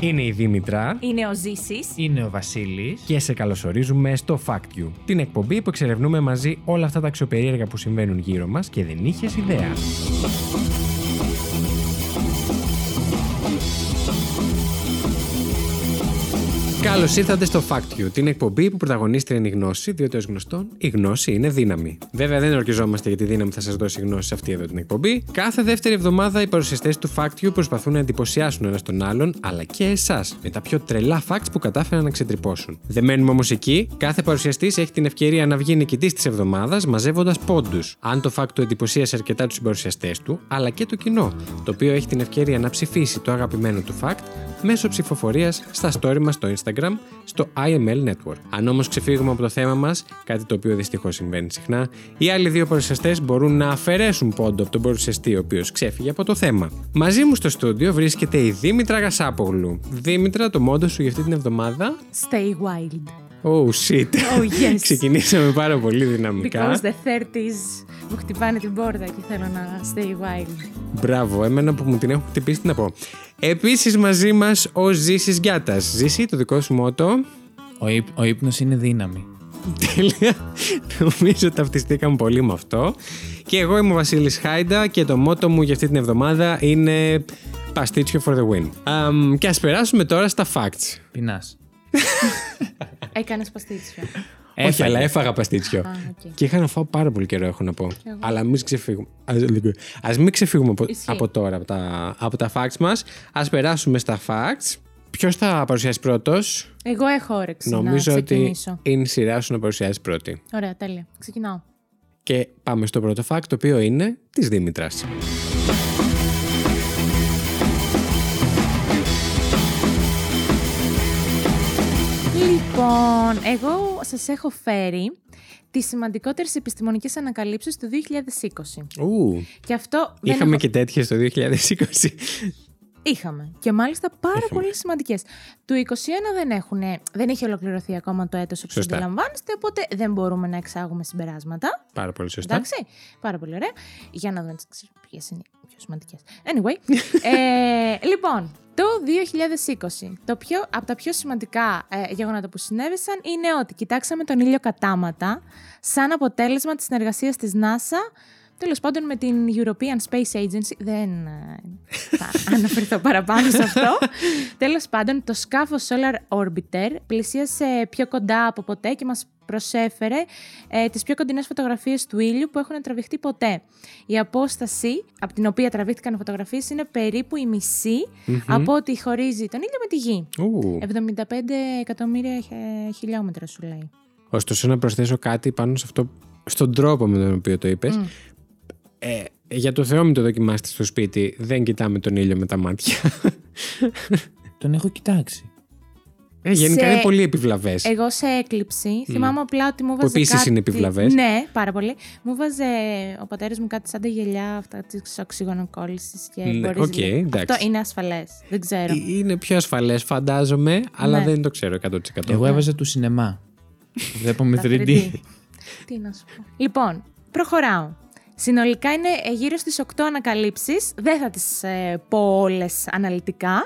Είναι η Δήμητρα Είναι ο Ζήσης. Είναι ο Βασίλης. και σε καλωσορίζουμε στο Fact You, την εκπομπή που εξερευνούμε μαζί όλα αυτά τα αξιοπερίεργα που συμβαίνουν γύρω μας και δεν είχες ιδέα. Καλώς ήρθατε στο Fact You, την εκπομπή που πρωταγωνίστρια είναι η γνώση, διότι ως γνωστόν η γνώση είναι δύναμη. Βέβαια, δεν ορκιζόμαστε για τη δύναμη που θα σας δώσει η γνώση σε αυτή εδώ την εκπομπή. Κάθε δεύτερη εβδομάδα οι παρουσιαστές του Fact You προσπαθούν να εντυπωσιάσουν ένας τον άλλον, αλλά και εσάς, με τα πιο τρελά facts που κατάφεραν να ξετρυπώσουν. Δεν μένουμε όμως εκεί, κάθε παρουσιαστής έχει την ευκαιρία να βγει νικητής της εβδομάδας μαζεύοντας πόντους. Αν το fact του εντυπωσίασε αρκετά τους συμπαρουσιαστές του, αλλά και το κοινό, το οποίο έχει την ευκαιρία να ψηφίσει το αγαπημένο του fact μέσω ψηφοφορίας στα story μας στο Instagram, στο IML Network. Αν όμως ξεφύγουμε από το θέμα μας, κάτι το οποίο δυστυχώς συμβαίνει συχνά, οι άλλοι δύο παρουσιαστές μπορούν να αφαιρέσουν πόντο από τον παρουσιαστή ο οποίος ξέφυγε από το θέμα. Μαζί μου στο στούντιο βρίσκεται η Δήμητρα Γασάπογλου. Δήμητρα, το μόντο σου για αυτή την εβδομάδα. Stay wild. Oh shit. Oh, yes. Ξεκινήσαμε πάρα πολύ δυναμικά. Because the 30s μου χτυπάνε την πόρτα και θέλω να stay wild. Μπράβο, εμένα που μου την έχουν χτυπήσει, τι να πω. Επίσης μαζί μας ο Ζήσης Γιάτας. Ζήση, το δικό σου μότο. Ο, ύπ, ο ύπνος είναι δύναμη. Τέλεια. Νομίζω ταυτιστήκαμε πολύ με αυτό. Και εγώ είμαι ο Βασίλης Χάιντα και το μότο μου για αυτή την εβδομάδα είναι Παστίτσιο for the win. Αμ, και ας περάσουμε τώρα στα facts. Πεινάς. Έκανες παστίτσιο. Όχι, αλλά έφαγα παστίτσιο. οκ. Και είχα να φάω πάρα πολύ καιρό, έχω να πω. Αλλά μην ξεφύγουμε. Ας μην ξεφύγουμε από, Ισχύει. από τώρα, από τα, από τα facts μας. Ας περάσουμε στα facts. Ποιος θα παρουσιάσει πρώτος, Εγώ έχω όρεξη Νομίζω να ότι ξεκινήσω. είναι η σειρά σου να παρουσιάσεις πρώτη. Ωραία, τέλεια. Ξεκινάω. Και πάμε στο πρώτο fact, το οποίο είναι της Δήμητρας. Λοιπόν, εγώ σας έχω φέρει τις σημαντικότερες επιστημονικές ανακαλύψεις του 2020. Ου. Και αυτό δεν Είχαμε έχω- και τέτοιες το 2020. Είχαμε. Και μάλιστα πάρα πολύ σημαντικές. Του 21 δεν, έχουν, δεν έχει ολοκληρωθεί ακόμα το έτος όπως Σωστά. αντιλαμβάνεστε, οπότε δεν μπορούμε να εξάγουμε συμπεράσματα. Πάρα πολύ σωστά. Εντάξει. Πάρα πολύ ωραία. Για να δω να τις ξέρω ποιες είναι οι πιο σημαντικές. Anyway. ε, λοιπόν, το 2020, το πιο, από τα πιο σημαντικά ε, γεγονότα που συνέβησαν είναι ότι κοιτάξαμε τον ήλιο κατάματα σαν αποτέλεσμα της συνεργασίας της NASA Τέλος πάντων, με την European Space Agency. Δεν ε, θα αναφερθώ παραπάνω σε αυτό. Τέλος πάντων, το σκάφο Solar Orbiter πλησίασε πιο κοντά από ποτέ και μας προσέφερε ε, τις πιο κοντινές φωτογραφίες του ήλιου που έχουν τραβηχτεί ποτέ. Η απόσταση από την οποία τραβήχτηκαν οι φωτογραφίες είναι περίπου η μιση από ό,τι χωρίζει τον ήλιο με τη γη. Ου. Ε, 75 εκατομμύρια ε, χιλιόμετρα σου λέει. Ωστόσο, να προσθέσω κάτι πάνω σε αυτό, στον τρόπο με τον οποίο το είπες. Ε, για το Θεό, μην το δοκιμάσετε στο σπίτι. Δεν κοιτάμε τον ήλιο με τα μάτια. Τον έχω κοιτάξει. Ε, γενικά Σε- Ε, είναι πολύ επιβλαβές. Εγώ σε έκλειψη. Θυμάμαι απλά ότι μου Που βάζε. επίσης κάτι... είναι επιβλαβές. Ναι, πάρα πολύ. Μου βάζε ο πατέρας μου κάτι σαν τα γελιά αυτά της οξυγονοκόλλησης και Ναι, μπορείς οκ, λίγο. εντάξει. Αυτό είναι ασφαλές. Δεν Ε, ξέρω. Είναι πιο ασφαλές, φαντάζομαι, αλλά Ναι. δεν το ξέρω 100%. Εγώ έβαζα του σινεμά. Βλέπαμε Τα 3D. Τι να σου πω. Λοιπόν, προχωράω. Συνολικά είναι ε, γύρω στις 8 ανακαλύψεις. Δεν θα τις ε, πω όλες αναλυτικά.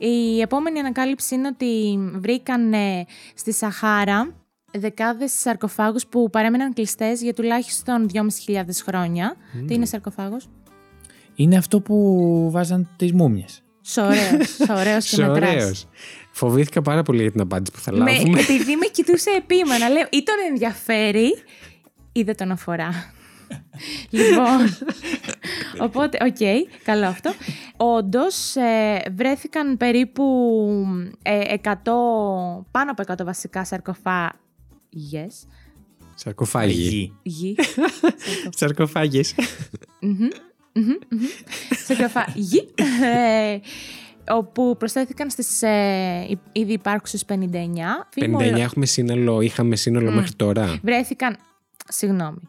Η επόμενη ανακάλυψη είναι ότι βρήκαν ε, στη Σαχάρα δεκάδες σαρκοφάγους που παρέμεναν κλειστές για τουλάχιστον 2.500 χρόνια. Τι είναι σαρκοφάγος? Είναι αυτό που βάζαν τις μούμιες. Σωραίος. Σωραίος και μετράς. Ωραίος. Φοβήθηκα πάρα πολύ για την απάντηση που θα Με, λάβουμε. επειδή με κοιτούσε επίμονα, λέω ή τον ενδιαφέρει ή δεν τον αφορά. λοιπόν. Οπότε, οκ, καλό αυτό. Όντως, βρέθηκαν περίπου ε, 100, πάνω από 100 βασικά σαρκοφάγες. Σαρκοφάγι. Γη. Σαρκοφάγι. σε καφάγι, Ε, όπου προσθέθηκαν στις ε, υ- ήδη υπάρχουσες 59. 59 Φήμο- έχουμε σύνολο, είχαμε σύνολο μέχρι τώρα. Βρέθηκαν, συγγνώμη,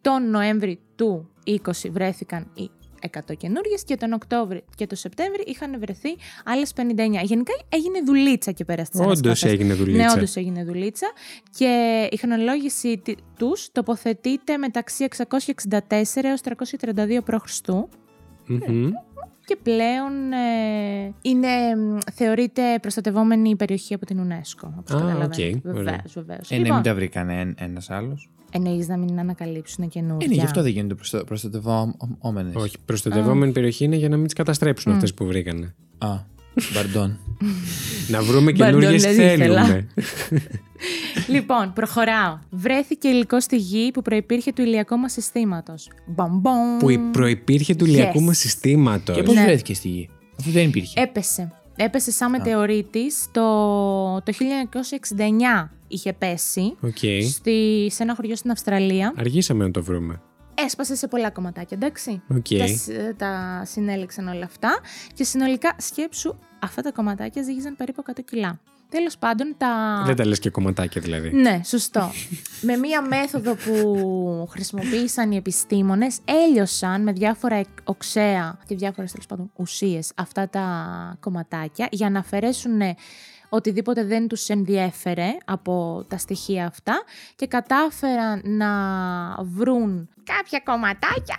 τον Νοέμβρη του 20 βρέθηκαν οι 100 καινούργιες και τον Οκτώβρη και τον Σεπτέμβρη είχαν βρεθεί άλλες 59. Γενικά έγινε δουλίτσα και πέρα στις Όντως ανασκαφές. έγινε δουλίτσα. Ναι, όντως έγινε δουλίτσα. Και η χρονολόγηση τους τοποθετείται μεταξύ 664 έως 332 π.Χ. Μμμ. και πλέον ε, είναι, μ, θεωρείται προστατευόμενη περιοχή από την UNESCO. Όπως Α, καταλαβαίνετε. οκ, ωραία. Βεβαίως, βεβαίως. Λοιπόν, Ε, ναι, μην τα βρήκανε ένας άλλος. εννοείς να μην ανακαλύψουν καινούργια. Ε, ναι, γι' αυτό δεν γίνονται προστα... προστατευόμενες. Όχι, προστατευόμενη περιοχή είναι για να μην τις καταστρέψουν αυτές που βρήκανε. Α, μπαρντών. Να βρούμε Μπαρντών, καινούριε δεν ήθελα. θέλουμε. Λοιπόν, προχωράω. Βρέθηκε υλικό στη γη που προπήρχε του ηλιακού μας συστήματος. Μπομπομ. Που προπήρχε του ηλιακού Yes. μας συστήματος. Και πώς Ναι. βρέθηκε στη γη. Αυτό δεν υπήρχε. Έπεσε. Έπεσε σαν μετεωρίτης το, το 1969 είχε πέσει Οκ. στη, σε ένα χωριό στην Αυστραλία. Αργήσαμε να το βρούμε. Έσπασε σε πολλά κομματάκια, εντάξει. Οκ. Τα, σ- ε, τα συνέλεξαν όλα αυτά και συνολικά σκέψου αυτά τα κομματάκια ζύγιζαν περίπου 100 κιλά. Τέλος πάντων τα... Δεν τα λες και κομματάκια δηλαδή. Ναι, σωστό. με μία μέθοδο που χρησιμοποίησαν οι επιστήμονες, έλειωσαν με διάφορα εκ- οξέα και διάφορες τέλος πάντων ουσίες αυτά τα κομματάκια για να αφαιρέσουν οτιδήποτε δεν τους ενδιέφερε από τα στοιχεία αυτά και κατάφεραν να βρουν κάποια κομματάκια.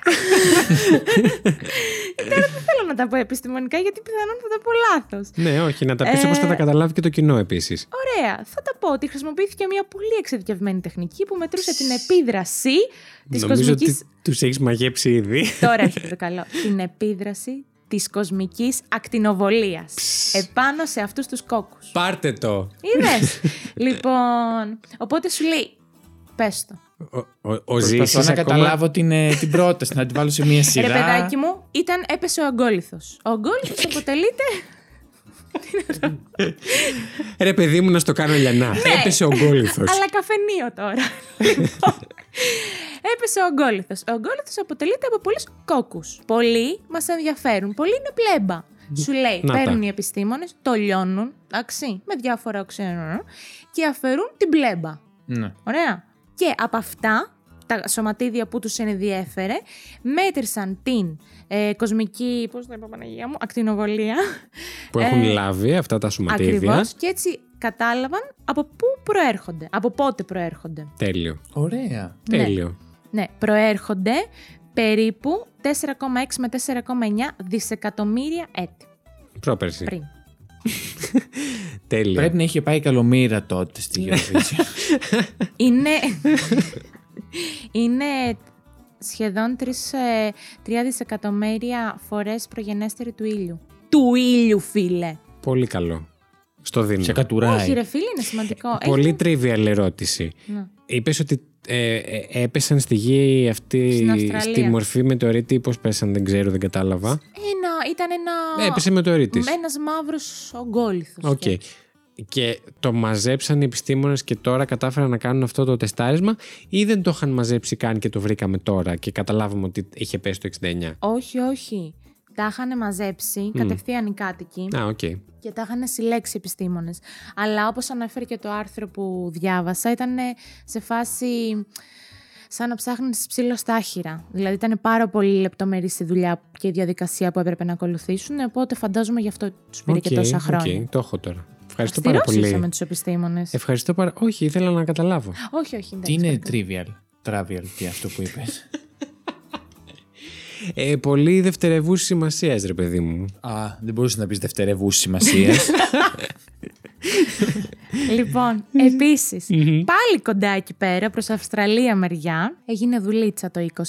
Τώρα δεν θέλω να τα πω επιστημονικά γιατί πιθανόν θα τα πω λάθος. Ναι, όχι, να τα πεις όπως θα τα Ε, καταλάβει και το κοινό επίσης. Ωραία. Θα τα πω ότι χρησιμοποιήθηκε μια πολύ εξειδικευμένη τεχνική που μετρούσε την επίδραση της Νομίζω κοσμική. ότι τους έχεις μαγέψει ήδη. Τώρα έρχεται το καλό. την επίδραση της κοσμικής ακτινοβολίας. Επάνω σε αυτούς τους κόκκους. Πάρτε το. Είδες. λοιπόν, οπότε σου λέει. Πες το. Ο, ο, ο Ζήσης Προσπαθώ να ακόμα- καταλάβω την, ε, την πρόταση, να την βάλω σε μία σειρά. Ρε Ε, παιδάκι μου, ήταν, έπεσε ο αγκόλυθος. Ο αγκόλυθος αποτελείται. Ρε παιδί μου, να στο κάνω λιανά. Έπεσε ο γκόλυθο. Ναι. Αλλά καφενείο τώρα. λοιπόν, έπεσε ο αγκόλυθο. Ο αγκόλυθο αποτελείται από πολλούς κόκκους. Πολλοί μας ενδιαφέρουν. Πολλοί είναι πλέμπα. Σου λέει, Να τα. παίρνουν οι επιστήμονες, το λιώνουν, εντάξει, με διάφορα οξένα και αφαιρούν την πλέμπα. Ναι. Ωραία. Και από αυτά, τα σωματίδια που τους ενδιέφερε, μέτρησαν την ε, κοσμική, πώς το είπα Παναγία μου, ακτινοβολία. που έχουν Ε, λάβει αυτά τα σωματίδια. Ακριβώς. Και έτσι κατάλαβαν από πού προέρχονται, από πότε προέρχονται. Τέλειο. Ωραία. Ναι. Τέλειο. Ναι, προέρχονται περίπου 4,6 με 4,9 δισεκατομμύρια έτη Πρόπερση. πριν. Τέλειο. Πρέπει να είχε πάει καλομήρα τότε Ναι. στη Eurovision. Είναι, είναι σχεδόν 3, 3 δισεκατομμύρια φορές προγενέστερη του ήλιου. Του ήλιου, φίλε! Πολύ καλό. Στο δίνω. Σε κατουράει. Όχι ρε φίλε, είναι σημαντικό. Ε, Έχει- Πολύ τρίβιαλ ερώτηση. Ναι. Είπες ότι ε, ε, έπεσαν στη γη αυτή Στην Αυστραλία. στη μορφή μετεωρίτη. Πώς πέσαν, δεν ξέρω, δεν κατάλαβα. Ε, Ένα, ήταν ένα... Έπεσε μετεωρίτη. Ένας μαύρος ογκόλυθος. Ναι, Οκ. Και το μαζέψαν οι επιστήμονες και τώρα κατάφεραν να κάνουν αυτό το τεστάρισμα, ή δεν το είχαν μαζέψει καν και το βρήκαμε τώρα και καταλάβαμε ότι είχε πέσει το 69. Όχι, όχι. Τα είχαν μαζέψει κατευθείαν οι κάτοικοι. Α, οκ. και τα είχαν συλλέξει επιστήμονες. Αλλά όπως ανέφερε και το άρθρο που διάβασα, ήταν σε φάση σαν να ψάχνεις ψήλος στάχυρα. Δηλαδή ήταν πάρα πολύ λεπτομερής η δουλειά και η διαδικασία που έπρεπε να ακολουθήσουν. Οπότε φαντάζομαι γι' αυτό τους πήρε και Οκ, τόσα οκ, χρόνια. Το έχω τώρα. Ευχαριστώ πάρα Αυστηρός είσαι πολύ. με τους επιστήμονες. Ευχαριστώ πάρα Όχι, ήθελα να καταλάβω. Όχι, όχι. εντάξει, Τι είναι παρακαλώ. trivial, travial, τι αυτό που είπες. Ε, πολύ δευτερευούς σημασίας, ρε παιδί μου. Α, δεν μπορούσες να πεις δευτερεύου σημασίας. Λοιπόν, επίσης, πάλι κοντά εκεί πέρα, προς Αυστραλία μεριά, έγινε δουλίτσα το 20,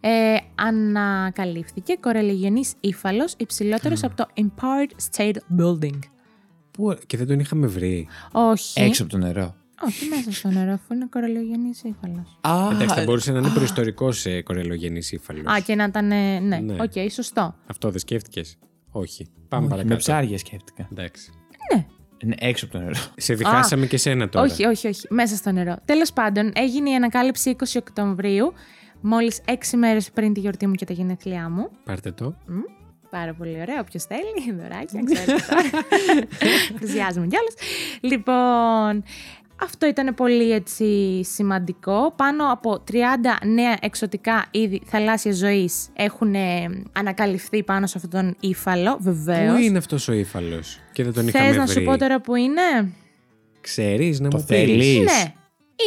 ε, ανακαλύφθηκε κορελιγενής ύφαλος υψηλότερος από το Empire State Building. Πού... Και δεν τον είχαμε βρει. Όχι. Έξω από το νερό. Όχι, μέσα στο νερό, αφού είναι κορελιγενή ύφαλος. Α, Εντάξει, θα μπορούσε να είναι προϊστορικός ε, κορελογενής ύφαλος. Α, και να ήταν. ε, Ναι, Ναι. οκ, σωστό. Αυτό δεν σκέφτηκες. Όχι. Πάμε όχι, παρακάτω. ε, με ψάρια σκέφτηκα. Εντάξει. Ναι, έξω από το νερό. Σε διχάσαμε και σένα τώρα. Όχι, όχι, όχι. Μέσα στο νερό. Τέλος πάντων, έγινε η ανακάλυψη 20 Οκτωβρίου, μόλις 6 μέρες πριν τη γιορτή μου και τα γενέθλιά μου. Πάρτε το. Μμμ. Πάρα πολύ ωραία. Όποιος θέλει, δωράκια, ξέρετε. τώρα. Ενθουσιάζουμε κιόλας. Λοιπόν, αυτό ήταν πολύ έτσι σημαντικό. Πάνω από 30 νέα εξωτικά είδη θαλάσσιας ζωής έχουν ε, ανακαλυφθεί πάνω σε αυτόν τον ύφαλο, βεβαίως. Πού είναι αυτός ο ύφαλος και δεν τον είχαμε Θες βρει. να σου πω τώρα που είναι? Ξέρεις να Το μου πει. θέλεις? Ναι.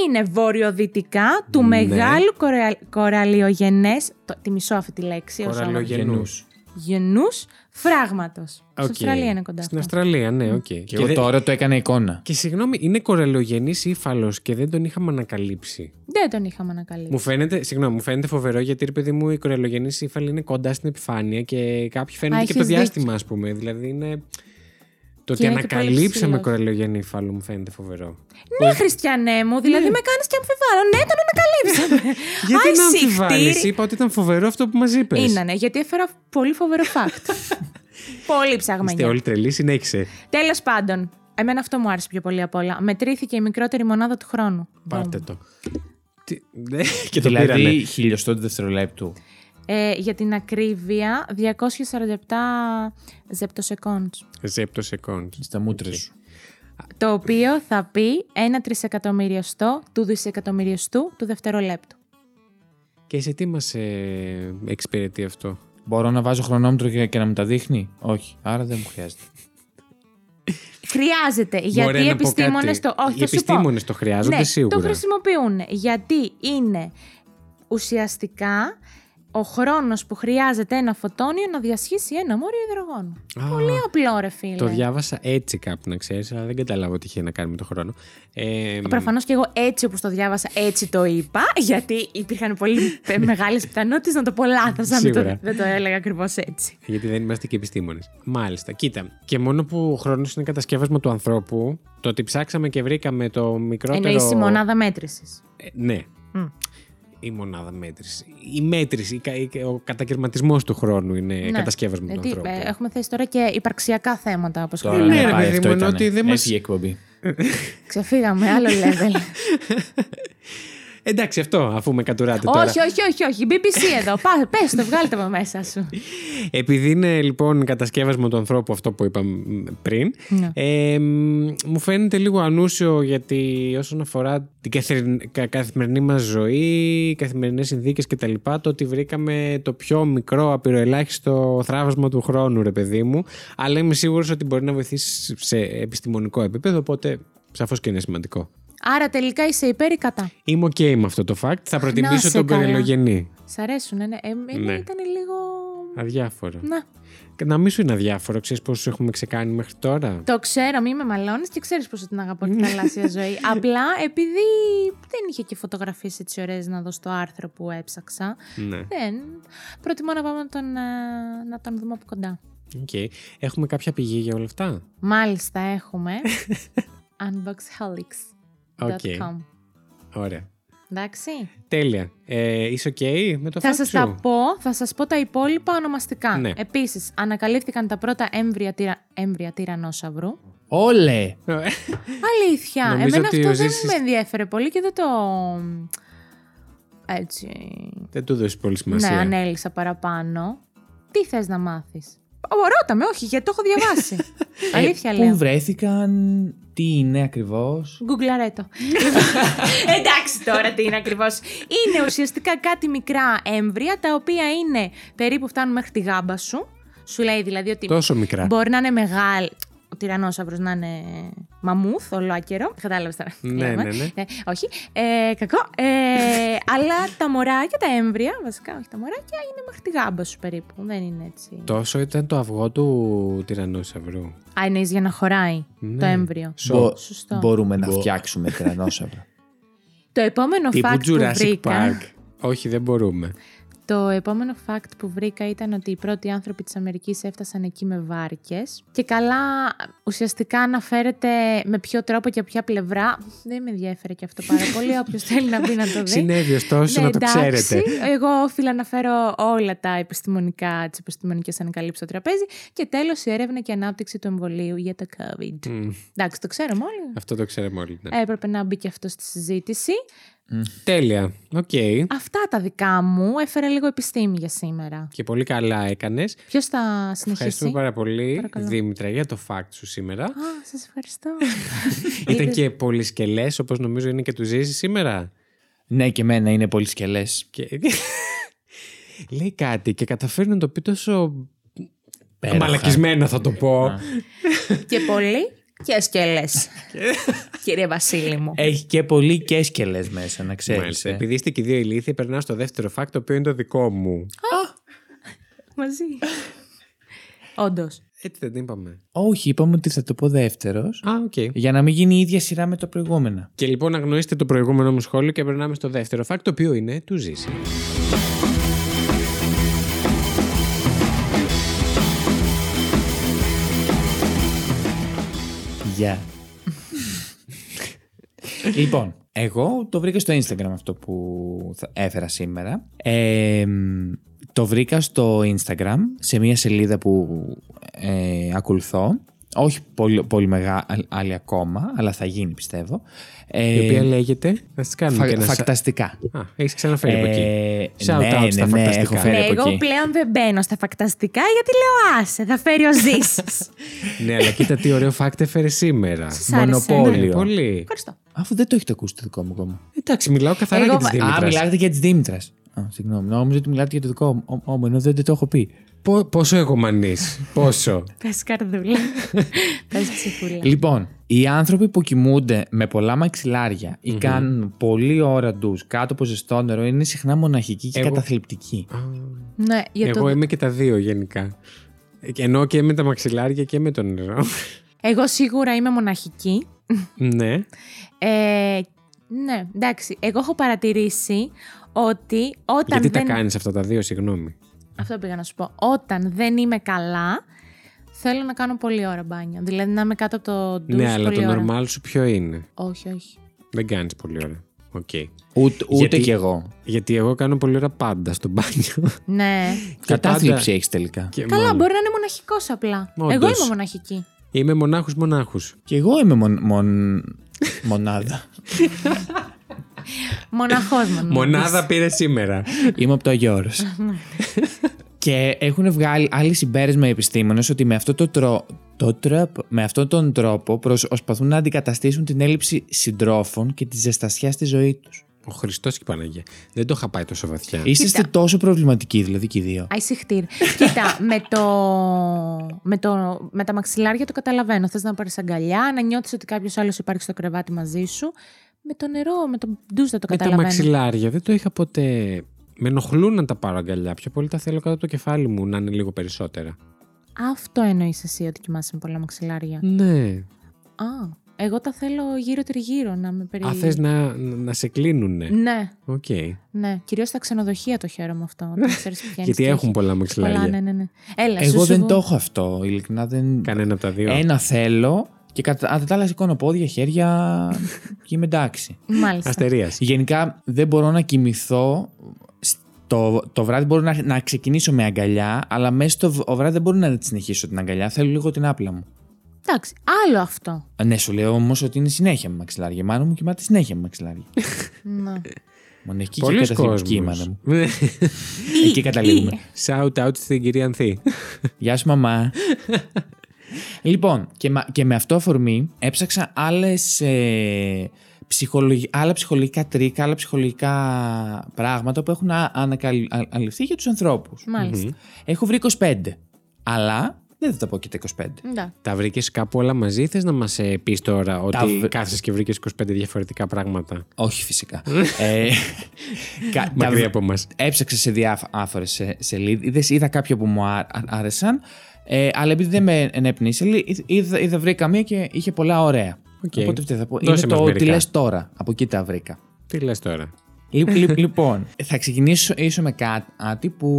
Είναι βορειοδυτικά του Ναι. μεγάλου κορα... κοραλιογενές, το, τη μισώ αυτή τη λέξη, όσο Κοραλιογενούς. γενούς φράγματος. Στην Οκ. Αυστραλία είναι κοντά. Στην αυτό. Αυστραλία, ναι, οκ. Και, Και εγώ δεν- τώρα το έκανα εικόνα. και συγγνώμη, είναι κορελογενής ύφαλος και δεν τον είχαμε ανακαλύψει. Δεν τον είχαμε ανακαλύψει. Μου φαίνεται, συγγνώμη, μου φαίνεται φοβερό γιατί ρε παιδί μου η κορελογενή ύφαλη είναι κοντά στην επιφάνεια και κάποιοι φαίνεται και το έχεις δίκιο. διάστημα, ας πούμε. Δηλαδή είναι. Το Και ότι είναι και πολύ ανακαλύψαμε ψηλός. κορελογενή ύφαλο μου φαίνεται φοβερό. Ναι, Χριστιανέ μου, δηλαδή με κάνεις και αμφιβάλλω. Ναι, τον ανακαλύψαμε. Ναι. Γιατί Άι, να αμφιβάλλεις, συχτήρι. είπα ότι ήταν φοβερό αυτό που μας είπες. Ήνανε, γιατί έφερα πολύ φοβερό fact. πολύ Είστε ψαγμένοι. όλοι τρελοί, συνέχισε. Τέλος πάντων, εμένα αυτό μου άρεσε πιο πολύ απ' όλα. Μετρήθηκε η μικρότερη μονάδα του χρόνου. Πάρτε Μπομ. το. Τι- ναι, και το δηλαδή, πήρανε. χιλιοστό του δευτερολέπτου. Ε, για την ακρίβεια, 247 ζεπτοσεκόντ. Ζεπτοσεκόντ. Στα μούτρε σου. Το οποίο θα πει ένα τρισεκατομμυριοστό του δισεκατομμυριοστού του δευτερολέπτου. Και σε τι μας ε, εξυπηρετεί αυτό. Μπορώ να βάζω χρονόμετρο και, και να μου τα δείχνει. Όχι. Άρα δεν μου χρειάζεται. Χρειάζεται. Γιατί Μωρέ, οι να πω κάτι. επιστήμονε το. Όχι, Οι θα σου πω. επιστήμονες το χρειάζονται ναι, σίγουρα. Το χρησιμοποιούν. Γιατί είναι ουσιαστικά ο χρόνος που χρειάζεται ένα φωτόνιο να διασχίσει ένα μόριο υδρογόνου. Α, Πολύ απλό, ρε φίλε. Το διάβασα έτσι κάπου να ξέρεις, αλλά δεν καταλάβω τι είχε να κάνει με το χρόνο. Ε, Προφανώς και εγώ έτσι όπως το διάβασα, έτσι το είπα, γιατί υπήρχαν πολύ μεγάλες πιθανότητες να το πω λάθο, αν δεν Σίγουρα. το, δεν το έλεγα ακριβώς έτσι. Γιατί δεν είμαστε και επιστήμονες. Μάλιστα. Κοίτα. Και μόνο που ο χρόνος είναι κατασκεύασμα του ανθρώπου, το ότι ψάξαμε και βρήκαμε το μικρότερο. Εννοείς η μονάδα μέτρησης. Ε, ναι. Μμ. Η μονάδα μέτρηση. Η μέτρηση, η κα- η- ο κατακαιρματισμός του χρόνου είναι κατασκεύασμα του Ναι. Γιατί, Ε, ανθρώπου. ε, έχουμε θέσει τώρα και υπαρξιακά θέματα, όπως Τώρα ναι, να ρε πάει, παιδί αυτό μου, ενώ ήτανε. ότι δεν μας- Έφυγε η εκπομπή. Ξεφύγαμε, άλλο level. Εντάξει, αυτό αφού με κατουράτε τώρα. όχι, όχι, όχι, όχι. BBC εδώ. Πά, πες το, βγάλτε με μέσα σου. Επειδή είναι λοιπόν κατασκεύασμα του ανθρώπου αυτό που είπαμε πριν, Ναι. ε, μ, μου φαίνεται λίγο ανούσιο γιατί όσον αφορά την καθεριν- κα- καθημερινή μας ζωή, καθημερινές συνθήκες κτλ. Το ότι βρήκαμε το πιο μικρό απειροελάχιστο θράβασμα του χρόνου ρε παιδί μου, αλλά είμαι σίγουρος ότι μπορεί να βοηθήσει σε επιστημονικό επίπεδο, οπότε σαφώς και είναι σημαντικό. Άρα τελικά είσαι υπέρ ή κατά. Είμαι οκ με αυτό το fact, θα προτιμήσω σε τον καλά. κορελογενή. Σ' αρέσουν, ναι. Εμένα Ναι. ήταν λίγο. Αδιάφορο. Να. Να μην σου είναι αδιάφορο, ξέρεις πόσους έχουμε ξεκάνει μέχρι τώρα. Το ξέρω, μη με μαλώνεις και ξέρεις πόσο την αγαπώ την θαλάσσια ζωή. Απλά επειδή δεν είχε και φωτογραφίες έτσι ωραίες να δω στο άρθρο που έψαξα. Ναι. Δεν. Προτιμώ να πάμε να τον, ε, να τον δούμε από κοντά. Okay. Έχουμε κάποια πηγή για όλα αυτά. Μάλιστα έχουμε. unboxholics.com. Οκ. Ωραία. Εντάξει. Τέλεια. Ε, είσαι οκ με το Θα fact σας σου? τα πω, θα σας πω τα υπόλοιπα ονομαστικά. Ναι. Επίσης, ανακαλύφθηκαν τα πρώτα έμβρια, τυρα... έμβρια τυρανόσαυρου. Όλε! Ε, Αλήθεια, Νομίζω εμένα ότι αυτό ο δεν Ζήσης- με ενδιέφερε πολύ και δεν το... Έτσι... Δεν του δώσει πολύ Ναι, σημασία. ανέλησα παραπάνω. Τι θες να μάθεις. Ω, Ρώτα με, όχι, γιατί το έχω διαβάσει. Ε, Αλήθεια Ε, Πού λέω. βρέθηκαν, τι είναι ακριβώς. Γκουγκλαρέ το. Λοιπόν, Εντάξει τώρα τι είναι ακριβώς. Είναι ουσιαστικά κάτι μικρά έμβρια τα οποία είναι περίπου φτάνουν μέχρι τη γάμπα σου. Σου λέει δηλαδή ότι Τόσο μικρά. μπορεί να είναι μεγάλη. Ο τυρανόσαυρος να είναι μαμούθ, ολόακερο. Κατάλαβες τώρα. τι Ναι, λέμε. ναι, ναι. όχι. Ε, κακό. Ε, αλλά τα μωράκια, τα έμβρια, βασικά όχι τα μωράκια, είναι μέχρι τη γάμπα σου περίπου. Δεν είναι έτσι. Τόσο ήταν το αυγό του τυρανόσαυρου. Α, εννοείς για να χωράει το Ναι. έμβριο. Σο. Σωστό. Μπορούμε να φτιάξουμε τερανόσαυρα. Το επόμενο Τύπου fact που Jurassic βρήκα. Park. Όχι, δεν μπορούμε. Το επόμενο fact που βρήκα ήταν ότι οι πρώτοι άνθρωποι της Αμερικής έφτασαν εκεί με βάρκες και καλά ουσιαστικά αναφέρεται με ποιο τρόπο και από ποια πλευρά. Δεν με ενδιαφέρει και αυτό πάρα πολύ, όποιος θέλει να μπει να το δει. Συνέβη ωστόσο Ναι, να το εντάξει. ξέρετε. Εγώ όφιλα να φέρω όλα τα επιστημονικά, τις επιστημονικές ανακαλύψεις στο τραπέζι και τέλος η έρευνα και ανάπτυξη του εμβολίου για το COVID. Μμ, Εντάξει, το ξέρουμε όλοι. Αυτό το ξέρουμε όλοι. ναι. Έπρεπε να μπει και αυτό στη συζήτηση. Τέλεια. Οκ. Αυτά τα δικά μου. Έφερα λίγο επιστήμη για σήμερα. Και πολύ καλά έκανες. Ποιος θα συνεχίσει. Ευχαριστούμε πάρα πολύ, Παρακαλώ. Δήμητρα, για το fact σου σήμερα. Α, σας ευχαριστώ. Ήταν Είδες- και πολυσκελέ, όπως νομίζω είναι και του Ζήση σήμερα. ναι, και εμένα είναι πολύ σκελές. Και... Λέει κάτι και καταφέρει να το πει τόσο. Μαλακισμένα θα το Ε, πω. και πολύ και σκελές. Κύριε Βασίλη μου. Ε. Έχει και πολύ και σκελές μέσα, να ε. ξέρεις. Μάλιστα. Επειδή είστε και οι δύο ηλίθιοι, περνάω στο δεύτερο fact, το οποίο είναι το δικό μου. Μαζί. Όντως. Έτσι δεν την είπαμε. Όχι, είπαμε ότι θα το πω δεύτερος. Α, οκ. Για να μην γίνει η ίδια σειρά με τα προηγούμενα. Και λοιπόν, αγνοήστε το προηγούμενο μου σχόλιο και περνάμε στο δεύτερο φακ, το οποίο είναι του Ζήση. Γεια. λοιπόν, εγώ το βρήκα στο Instagram αυτό που θα- έφερα σήμερα. Ε, μ, το βρήκα στο Instagram σε μια σελίδα που ε, ακολουθώ. Όχι πολύ, πολύ μεγάλη ακόμα, αλλά θα γίνει πιστεύω. Ε, Η οποία λέγεται. Να τη κάνουμε φα- και ένα. σα- φακταστικά. Α, έχεις ξαναφέρει από εκεί. Ε, Shout ναι, out στα ναι, ναι, φανταστικά. έχω Ναι, φέρει από εγώ εκεί. πλέον δεν μπαίνω στα φακταστικά γιατί λέω άσε, θα φέρει ο Ζήση. Ναι, αλλά κοίτα τι ωραίο φάκ έφερε σήμερα. Σας άρεσε. Μονοπόλιο. Ναι, πολύ. Ευχαριστώ. Αφού δεν το έχετε ακούσει το δικό μου ακόμα. Εντάξει, μιλάω καθαρά Εγώ- για τη Α, Δήμητρας. μιλάτε για τη Δήμητρας. Α, συγγνώμη. Νόμιζα ότι μιλάτε για το δικό μου. Ω, Όμω, ενώ δεν το έχω πει. Πόσο εγωμανή. Πόσο. Πες καρδούλα. Πες Ε, ψυχούλα. Λοιπόν, οι άνθρωποι που κοιμούνται με πολλά μαξιλάρια ή κάνουν πολλή ώρα ντου κάτω από ζεστό νερό είναι συχνά μοναχικοί και Εγώ- καταθλιπτικοί. Ναι, για το- Εγώ ε- είμαι και τα δύο γενικά. Ενώ και με τα μαξιλάρια και με το νερό. Εγώ σίγουρα είμαι μοναχική. ναι. Ε, ναι, εντάξει. Εγώ έχω παρατηρήσει ότι όταν Γιατί τα δεν. κάνεις αυτά τα δύο, συγγνώμη. Αυτό πήγα να σου πω. Όταν δεν είμαι καλά, θέλω να κάνω πολλή ώρα μπάνιο. Δηλαδή να είμαι κάτω από το ντους Ναι, αλλά το πολλή ώρα. normal σου ποιο είναι. Όχι, όχι. Δεν κάνεις πολύ ώρα. Οκ. Ούτε, ούτε Γιατί- κι εγώ. Γιατί εγώ κάνω πολύ ώρα πάντα στο μπάνιο. Ναι. Κατάθλιψη πάντα- έχεις τελικά. Και καλά, Ε, μόνο. μπορεί να είναι μοναχικός απλά. Όντως. Εγώ είμαι μοναχική. Είμαι μονάχους μονάχους. Κι εγώ είμαι μον, μον- μονάδα. Μοναχός μου. Μονάδα πήρε σήμερα. Είμαι από το Αγιο Όρος. Και έχουν βγάλει άλλοι συμπέρασμα οι επιστήμονες ότι με, αυτό το τρο... το τρόπο... με αυτόν τον τρόπο προσπαθούν να αντικαταστήσουν την έλλειψη συντρόφων και τη ζεστασιά στη ζωή τους. Ο Χριστός και η Παναγία. Δεν το είχα πάει τόσο βαθιά. Είσαστε τόσο προβληματικοί δηλαδή και οι δύο. Αϊσυχτήρ. Κοίτα, με, το, με, το, με τα μαξιλάρια το καταλαβαίνω. Θες να πάρεις αγκαλιά, να νιώθεις ότι κάποιος άλλος υπάρχει στο κρεβάτι μαζί σου. Με το νερό, με το ντουζ δεν το Με τα καταλαβαίνω. μαξιλάρια δεν το είχα ποτέ. Με ενοχλούν να τα πάρω αγκαλιά. Πιο πολύ τα θέλω κάτω από το κεφάλι μου να είναι λίγο περισσότερα. Αυτό εννοείς εσύ ότι κοιμάσαι με πολλά μαξιλάρια. Ναι. Α, εγώ τα θέλω γύρω τριγύρω να με περι... Α, θες να, να σε κλείνουνε. Ναι, Οκ. ναι. Κυρίως στα ξενοδοχεία το χαίρομαι αυτό. Ναι. όταν ξέρεις ποια είναι Γιατί η έχουν στοίχη. πολλά πολλά. μαξιλάρια. Ναι, ναι, ναι. Έλα, Εγώ σου δεν σου- το έχω αυτό, ειλικρινά δεν... Κανένα από τα δύο. Ένα θέλω και κατά αν τα άλλα σηκώνω πόδια, χέρια και είμαι εντάξει. Μάλιστα. Αστερίας. Γενικά δεν μπορώ να κοιμηθώ. Το, το βράδυ μπορώ να, να ξεκινήσω με αγκαλιά, αλλά μέσα στο β- ο βράδυ δεν μπορώ να τη συνεχίσω την αγκαλιά. Θέλω λίγο την άπλα μου. Εντάξει, άλλο αυτό. Α, Ναι, σου λέω όμως ότι είναι συνέχεια με μαξιλάρια. Η μάνα μου κοιμάται συνέχεια με μαξιλάρια. Ναι. Μοναχική και Πολλοί καταθλιπτική η κόσμοι. μάνα μου. Εκεί καταλήγουμε. Shout out στην κυρία Ανθή. Γεια σου, μαμά. λοιπόν, και, μα- και με αυτό αφορμή έψαξα άλλες, ε, ψυχολογι- άλλα ψυχολογικά τρίκα, άλλα ψυχολογικά πράγματα που έχουν α- ανακαλυφθεί για τους ανθρώπους. Μάλιστα. Έχω βρει 25, αλλά δεν θα τα πω και τα 25. Εντάξει. Τα βρήκες κάπου όλα μαζί, θες να μας πεις τώρα ότι βρ- κάθεσαι και βρήκες 25 διαφορετικά πράγματα. Όχι φυσικά. ε, κα- τα Μακριά βρ- από εμάς. Έψαξα σε διάφορε σελίδες, είδα κάποια που μου α- α- άρεσαν, ε, αλλά επειδή δεν με ενέπνισε, λέ- είδα, είδα, βρήκα μία και είχε πολλά ωραία. Οκ. Οπότε αυτή θα πω. Δώσε είναι μας το μερικά. τι λες τώρα. Από εκεί τα βρήκα. Τι λες τώρα. Λι- λι- λοιπόν, θα ξεκινήσω ίσως με κάτι που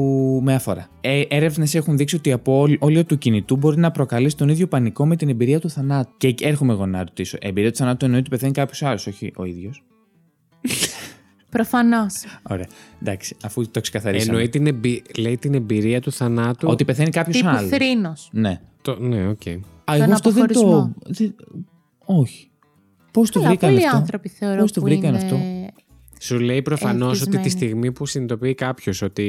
με αφορά. Ε, Έρευνες έχουν δείξει ότι από όλ- όλιο του κινητού μπορεί να προκαλέσει τον ίδιο πανικό με την εμπειρία του θανάτου. Και έρχομαι εγώ να ρωτήσω. Εμπειρία του θανάτου εννοεί ότι πεθαίνει κάποιος άλλος, όχι ο ίδιος. Προφανώς. Ωραία. Εντάξει, αφού το ξεκαθαρίσαμε. Εννοεί την, εμπει- λέει την εμπειρία του θανάτου. Ότι πεθαίνει κάποιος Τύπου άλλος. θρήνος. Ναι. Το... Ναι, οκ. Α, Τον εγώ αυτό δεν το. αποχωρισμό. δεν- Όχι. Πώς το Καλά, βρήκαν πολλοί αυτό. άνθρωποι θεωρώ Πώς το που βρήκαν είναι... αυτό? Σου λέει προφανώς ότι τη Ελκυσμένη. στιγμή που συνειδητοποιεί κάποιος ότι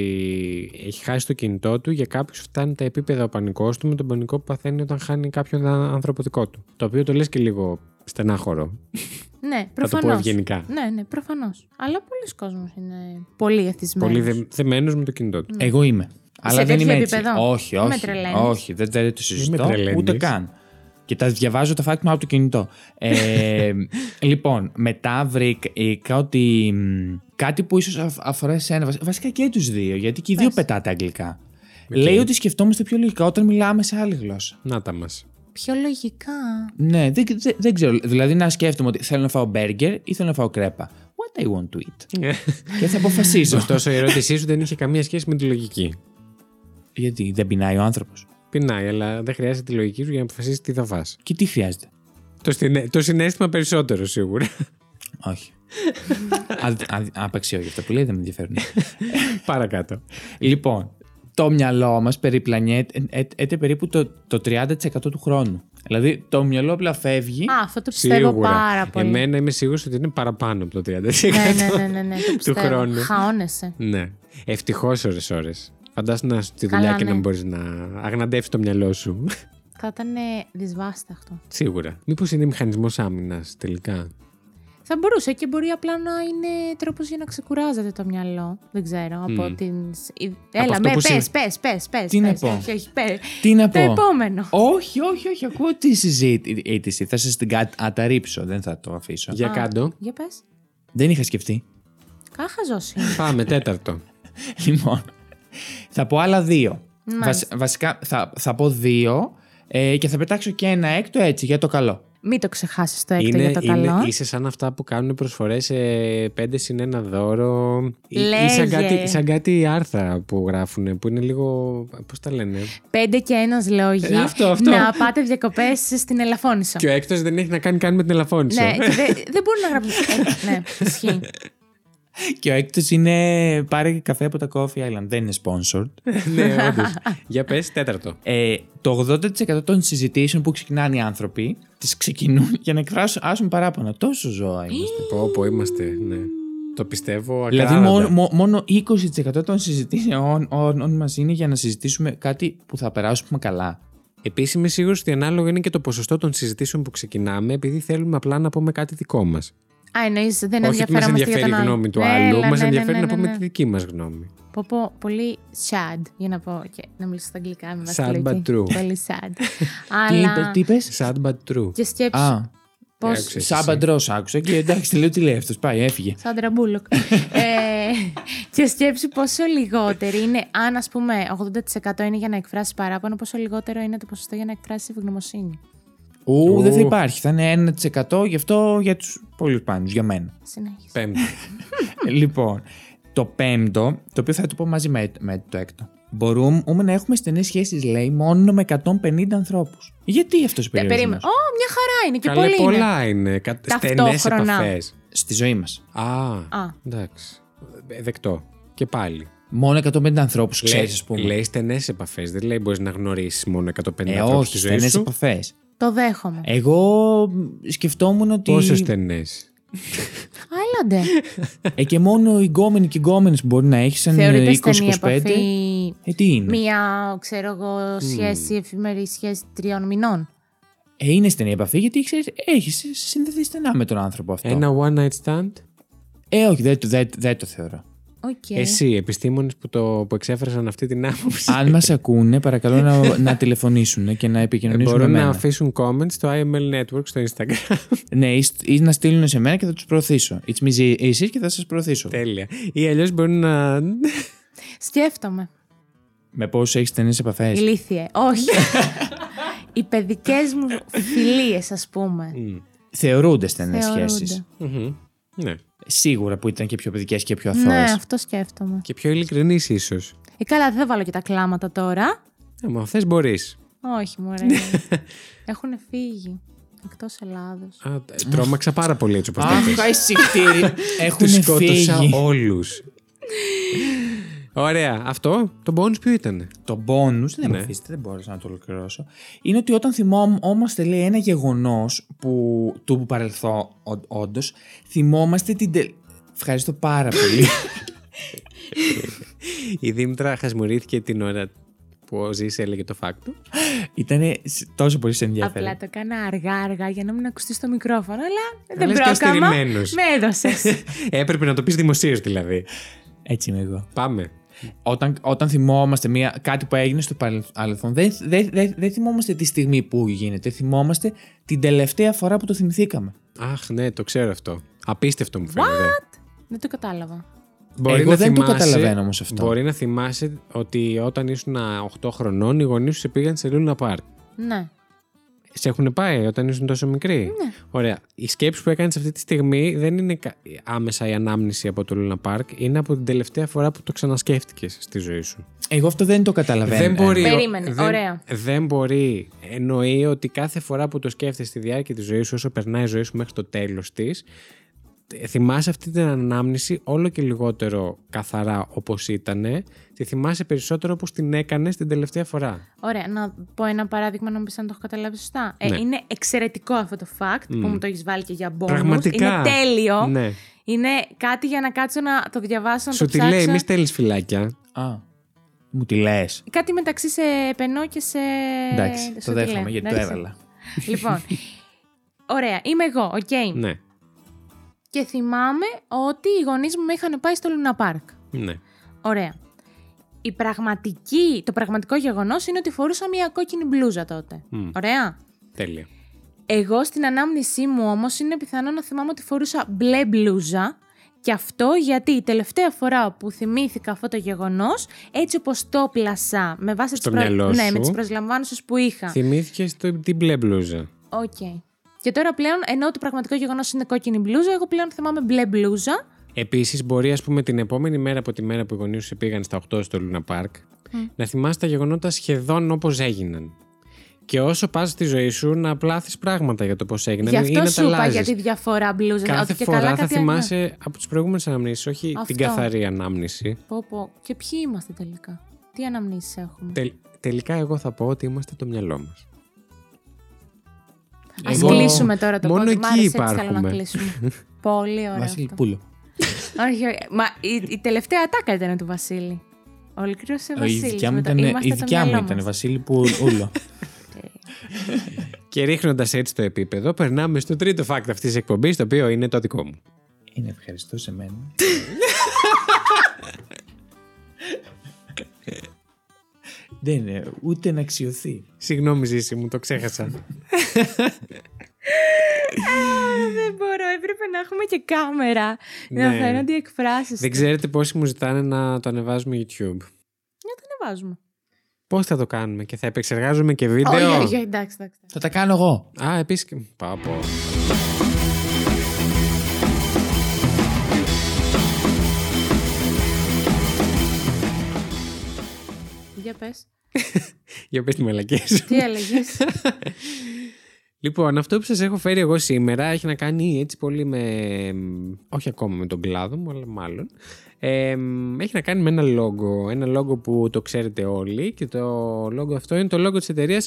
έχει χάσει το κινητό του, για κάποιους φτάνει τα επίπεδα ο πανικός του με τον πανικό που παθαίνει όταν χάνει κάποιον α- άνθρωπο δικό του. Το οποίο το λες και λίγο στενάχωρο. Ναι, Θα το προφανώ. πω ευγενικά. Ναι, ναι, προφανώς. Αλλά πολλοί κόσμοι είναι πολύ εθισμένοι. Πολύ δε, δεμένο με το κινητό τους. Mm. Εγώ είμαι. Αλλά δεν τέτοιο είμαι έτσι. επίπεδο? Όχι, Δεν με όχι. τρελαίνεις. όχι, δεν, δεν το συζητώ. τρελαίνεις. Ούτε καν. Και τα διαβάζω τα φάκελα από το κινητό. Ε, λοιπόν, μετά βρήκα ότι μ, κάτι που ίσως αφορά σε ένα. Βασικά και τους δύο, γιατί και οι δύο Πες. πετάτε αγγλικά. Λέει ότι σκεφτόμαστε πιο λογικά όταν μιλάμε σε άλλη γλώσσα. Να τα μας. Πιο λογικά. Ναι, δεν, δεν, δεν ξέρω. Δηλαδή να σκέφτομαι ότι θέλω να φάω μπέργκερ ή θέλω να φάω κρέπα. What I want to eat. Ναι. Και θα αποφασίσω. Ωστόσο, η ερώτησή σου δεν είχε καμία σχέση με τη λογική. Γιατί δεν πεινάει ο άνθρωπος. Πεινάει, αλλά δεν χρειάζεται τη λογική σου για να αποφασίσεις τι θα φας. Και τι χρειάζεται. Το, συνέ... το συνέστημα περισσότερο σίγουρα. Όχι. Α- α- Άπαξιό για αυτό που λέει, δεν με ενδιαφέρουν. Παρακάτω. λοιπόν, το μυαλό μας περιπλανιέται ε- ε- έται περίπου το, το 30% του χρόνου. Δηλαδή, το μυαλό απλά φεύγει. Α, αυτό το πιστεύω Σίγουρα. πάρα πολύ. Εμένα είμαι σίγουρος ότι είναι παραπάνω από το 30%. Ναι, ναι, ναι, ναι, ναι, το πιστεύω. χρόνου. Χαώνεσαι. Ναι. Ευτυχώς ώρες ώρες. Φαντάσου να είσαι στη δουλειά Καλά, και να ναι. μπορείς να αγναντεύσει το μυαλό σου. Θα ήταν ε, δυσβάσταχτο. Σίγουρα. Μήπως είναι μηχανισμός άμυνας τελικά. Θα μπορούσε και μπορεί απλά να είναι τρόπος για να ξεκουράζεται το μυαλό. Δεν ξέρω. Από την. Έλα, αυτό με που πες, συν- πες, πες. Τι να πω. Όχι, όχι, πες. Τι να Το πω. επόμενο. Όχι, όχι, όχι. Ακούω τη συζήτηση. Θα σα την κα- αταρρύψω. Δεν θα το αφήσω. Για Α, κάτω. Για πες. Δεν είχα σκεφτεί. Κάχαζο Πάμε, τέταρτο. Λοιπόν, θα πω άλλα δύο. Μάλιστα. Βασι- βασικά θα, θα πω δύο ε, και θα πετάξω και ένα έκτο έτσι για το καλό. Μην το ξεχάσεις το έκτο για το καλό. είσαι σαν αυτά που κάνουν προσφορές σε 5 συν 1 δώρο. Ή- Ή σαν Λέγε. κάτι, σαν κάτι άρθρα που γράφουν που είναι λίγο. Πώς τα λένε. Πέντε και ένας λόγοι. Ε, αυτό, αυτό. Να πάτε διακοπές στην Ελαφώνησο. Και ο έκτος δεν έχει να κάνει καν με την ελαφώνηση. Ναι, και δεν- δεν μπορεί να γράψει. Ε, Ναι, ισχύει. Και ο έκτος είναι πάρε καφέ από τα Coffee Island. Δεν είναι sponsored. ναι όντως. Για πες, τέταρτο. Ε, το 80% των συζητήσεων που ξεκινάνε οι άνθρωποι τις ξεκινούν για να εκφράσουν άσουν παράπονα. Τόσο ζώα είμαστε. Πω, πω, είμαστε. Ναι. Το πιστεύω ακράδαντα. Δηλαδή, μόνο, μό- μόνο 20% των συζητήσεων μας είναι για να συζητήσουμε κάτι που θα περάσουμε καλά. Επίσης, είμαι σίγουρος ότι ανάλογο είναι και το ποσοστό των συζητήσεων που ξεκινάμε, επειδή θέλουμε απλά να πούμε κάτι δικό μας. Α, εννοείς δεν Όχι ότι μα ενδιαφέρομαστε για ενδιαφέρει η τον άλλο. γνώμη του Ναι, άλλου, έλα, μα ναι, ναι, ενδιαφέρει να ναι, ναι, πούμε ναι. τη δική μας γνώμη. Πω, πω, πολύ sad, για να πω και να μιλήσω στα αγγλικά με Sad βασιλική. but true. Πολύ sad. Τι Αλλά είπε, τι είπες. Sad but true. και σκέψη Α, πώς... άκουσε. σαν παντρό άκουσα και εντάξει, λέω τι λέει αυτός. Πάει, έφυγε. Σαν τραμπούλοκ. ε, και σκέψη πόσο λιγότερη είναι, αν ας πούμε 80% είναι για να εκφράσεις παράπονο, πόσο λιγότερο είναι το ποσοστό για να εκφράσεις ευγνωμοσύνη. Ου, δεν θα Ου. υπάρχει. Θα είναι 1% γι' αυτό για τους πολλούς πάνου, για μένα. Συνέχισε. Πέμπτο. λοιπόν, το πέμπτο, το οποίο θα το πω μαζί με, με το έκτο. Μπορούμε να έχουμε στενές σχέσεις, λέει, μόνο με 150 ανθρώπους. Γιατί αυτός ο Ε, Περίμενε. περιορισμό. Ω, μια χαρά είναι και Καλά, πολύ είναι. πολλά είναι. Στενές Ταυτόχρονα. επαφές. Στη ζωή μας. Α, Α. εντάξει. Ε, Δεκτό. Και πάλι. Μόνο 150 ανθρώπου, ξέρεις, ας πούμε. λέει στενές επαφές. Δεν λέει μπορείς να γνωρίσεις μόνο 150 ε, ανθρώπους όχι, στη ζωή στενές σου. επαφές. Το δέχομαι. Ε, Εγώ μ, σκεφτόμουν ότι. Πόσο στενέ. Άλλαντε. Ε, και μόνο οι γκόμενοι και οι γκόμενες που μπορεί να έχεις, σαν ε, Θεωρείται 20-25. στενή επαφή Ε, τι είναι. Μία, ξέρω εγώ, σχέση, εφημερή σχέση τριών μηνών. Ε, είναι στενή επαφή γιατί ξέρεις, έχεις συνδεθεί στενά με τον άνθρωπο αυτό. Ένα one night stand. Ε, όχι, δεν, το- δεν, δεν το θεωρώ. Οκ. Εσύ, επιστήμονες που, το- που εξέφρασαν αυτή την άποψη. Αν μας ακούνε, παρακαλώ να, να τηλεφωνήσουν και να επικοινωνήσουν Μπορούν με να μένα. αφήσουν comments στο IML Network στο Instagram. Ναι, ή, σ- ή να στείλουν σε μένα και θα τους προωθήσω. It's me, εσείς και θα σας προωθήσω. Τέλεια. Ή αλλιώς μπορούν να. Ναι. Σκέφτομαι. με πόσου έχεις στενές επαφές. Ηλίθιε. Όχι. Οι παιδικές μου φιλίες, ας πούμε. Ναι, Θεωρούνται στενές θεωρούνται. σχέσεις. Μμμ. ναι. Σίγουρα που ήταν και πιο παιδικές και πιο Ναι, αθώε. αυτό σκέφτομαι. Και πιο ειλικρινή, ίσως. Ε, καλά, δεν θα βάλω και τα κλάματα τώρα. Ε, μα θες μπορείς. Όχι, μωρέ. Έχουν φύγει. Εκτός Ελλάδος. Τρόμαξα πάρα πολύ έτσι όπως το Αχ, είπες. χαϊσικτήρι. Έχουν Τους σκότωσα φύγει. όλους. Ωραία. Αυτό το bonus ποιο ήταν. Το bonus, δεν Ναι. με αφήσετε, δεν μπόρεσα να το ολοκληρώσω. Είναι ότι όταν θυμόμαστε, λέει, ένα γεγονός που του που παρελθώ, όντως, θυμόμαστε την. τελ- Ευχαριστώ πάρα πολύ. Η Δήμητρα χασμουρήθηκε την ώρα που ο Ζήση έλεγε το φάκτο. Ήταν τόσο πολύ σε ενδιαφέρον. Απλά το έκανα αργά-αργά για να μην ακουστείς στο μικρόφωνο, λες αλλά δεν και πρόκαμα. αστερημένος. Με έδωσες. Έπρεπε να το πεις δημοσίως δηλαδή. Έτσι είμαι εγώ. Πάμε. Όταν, όταν θυμόμαστε μια, κάτι που έγινε στο παρελθόν, δεν, δεν, δεν, δεν θυμόμαστε τη στιγμή που γίνεται. Θυμόμαστε την τελευταία φορά που το θυμηθήκαμε. Αχ, ναι, το ξέρω αυτό. Απίστευτο μου φαίνεται. δεν το κατάλαβα. Εγώ δεν το καταλαβαίνω όμως αυτό. Μπορεί να θυμάσαι ότι όταν ήσουν 8 χρονών, οι γονείς σου σε πήγαν σε Λούνα Πάρκ. Ναι. Σε έχουν πάει όταν ήσουν τόσο μικροί. Ναι. Ωραία. Η σκέψη που έκανες αυτή τη στιγμή δεν είναι κα- άμεσα η ανάμνηση από το Λούνα Πάρκ, είναι από την τελευταία φορά που το ξανασκέφτηκες στη ζωή σου. Εγώ αυτό δεν το καταλαβαίνω. Δεν μπορεί. Περίμενε, δεν, ωραία. Δεν μπορεί. Εννοεί ότι κάθε φορά που το σκέφτεσαι στη διάρκεια της ζωής σου, όσο περνάει η ζωή σου μέχρι το τέλος της, θυμάσαι αυτή την ανάμνηση όλο και λιγότερο καθαρά όπως ήταν. Τη θυμάσαι περισσότερο όπως την έκανες την τελευταία φορά. Ωραία, να πω ένα παράδειγμα να μου πει αν το έχω καταλάβει σωστά. Ε, Ναι. Είναι εξαιρετικό αυτό το fact που μου το έχεις βάλει και για bonus. Πραγματικά. Είναι τέλειο. Ναι. Είναι κάτι για να κάτσω να το διαβάσω, να Σου το τη ψάξω. λέει, μη στέλνεις φυλάκια. Ε, Α, μου τη λες. Κάτι μεταξύ σε πενό και σε. Εντάξει, σε το τι δέχομαι λένε, γιατί το εντάξει. έβαλα. Λοιπόν. Ωραία, είμαι εγώ, οκ. Ναι. Και θυμάμαι ότι οι γονείς μου με είχαν πάει στο Λούνα Πάρκ. ναι. Ωραία. Η πραγματική, το πραγματικό γεγονός είναι ότι φορούσα μια κόκκινη μπλούζα τότε. Μμ. Ωραία. Τέλεια. Εγώ στην ανάμνησή μου όμως είναι πιθανό να θυμάμαι ότι φορούσα μπλε μπλούζα και αυτό γιατί η τελευταία φορά που θυμήθηκα αυτό το γεγονός έτσι όπως το πλασά με βάση Στο τις, μυαλό ναι, σου. με τις προσλαμβάνουσες που είχα. Θυμήθηκες το- την μπλε μπλούζα. Οκ. Και τώρα πλέον ενώ το πραγματικό γεγονός είναι κόκκινη μπλούζα εγώ πλέον θυμάμαι μπλε μπλούζα. Επίσης, μπορεί, ας πούμε, την επόμενη μέρα από τη μέρα που οι γονείς σου σε πήγαν στα 8 στο Λούνα Πάρκ, Ναι. να θυμάσαι τα γεγονότα σχεδόν όπως έγιναν. Και όσο πας στη ζωή σου, να πλάθεις πράγματα για το πώς έγιναν Γι' ή να αυτό τα σου είπα αλλάζει. για τη διαφορά μπλούζα. ναι, Κάθε ότι και φορά καλά θα κάτι άλλο. θυμάσαι από τις προηγούμενες αναμνήσεις, όχι Αυτό. την καθαρή ανάμνηση. Πω, πω. Και ποιοι είμαστε τελικά. Τι αναμνήσεις έχουμε. Τελ- τελικά, εγώ θα πω ότι είμαστε το μυαλό μας. Ας Εγώ- κλείσουμε τώρα το μόνο podcast. εκεί Μ' άρεσε, έτσι θέλω να υπάρχουμε. κλείσουμε. Πολύ ωραία. Βασίλη αυτό. Πούλο. όχι, όχι. Μα η, η τελευταία ατάκα ήταν του Βασίλη. Ολοκλήρωσε ο Η Βασίλης. δικιά μου με το ήταν, «Είμαστε η το δικιά μου μυαλό ήταν μας». Βασίλη Πούλο. Και ρίχνοντας έτσι το επίπεδο, περνάμε στο τρίτο fact αυτής της εκπομπής, το οποίο είναι το δικό μου. Είναι ευχαριστώ σε μένα. Δεν είναι ούτε να αξιωθεί. Συγγνώμη, Ζήση μου, το ξέχασα. Δεν μπορώ, έπρεπε να έχουμε και κάμερα. Να Ναι. φαίνονται οι εκφράσεις. Δεν ξέρετε πόσοι μου ζητάνε να το ανεβάζουμε YouTube. Να το ανεβάζουμε. Πώς θα το κάνουμε και θα επεξεργάζουμε και βίντεο. Όχι, όχι, εντάξει, εντάξει. Θα τα κάνω εγώ. Α, επίσης. Πάω. πω. Για πες. Για πες τη μαλακία σου. Τι έλεγες. Λοιπόν, αυτό που σας έχω φέρει εγώ σήμερα έχει να κάνει έτσι πολύ με. εμ, Όχι ακόμα με τον κλάδο μου, αλλά μάλλον. Εμ, έχει να κάνει με ένα λόγο. Ένα λόγο που το ξέρετε όλοι και το λόγο αυτό είναι το λόγο τη εταιρεία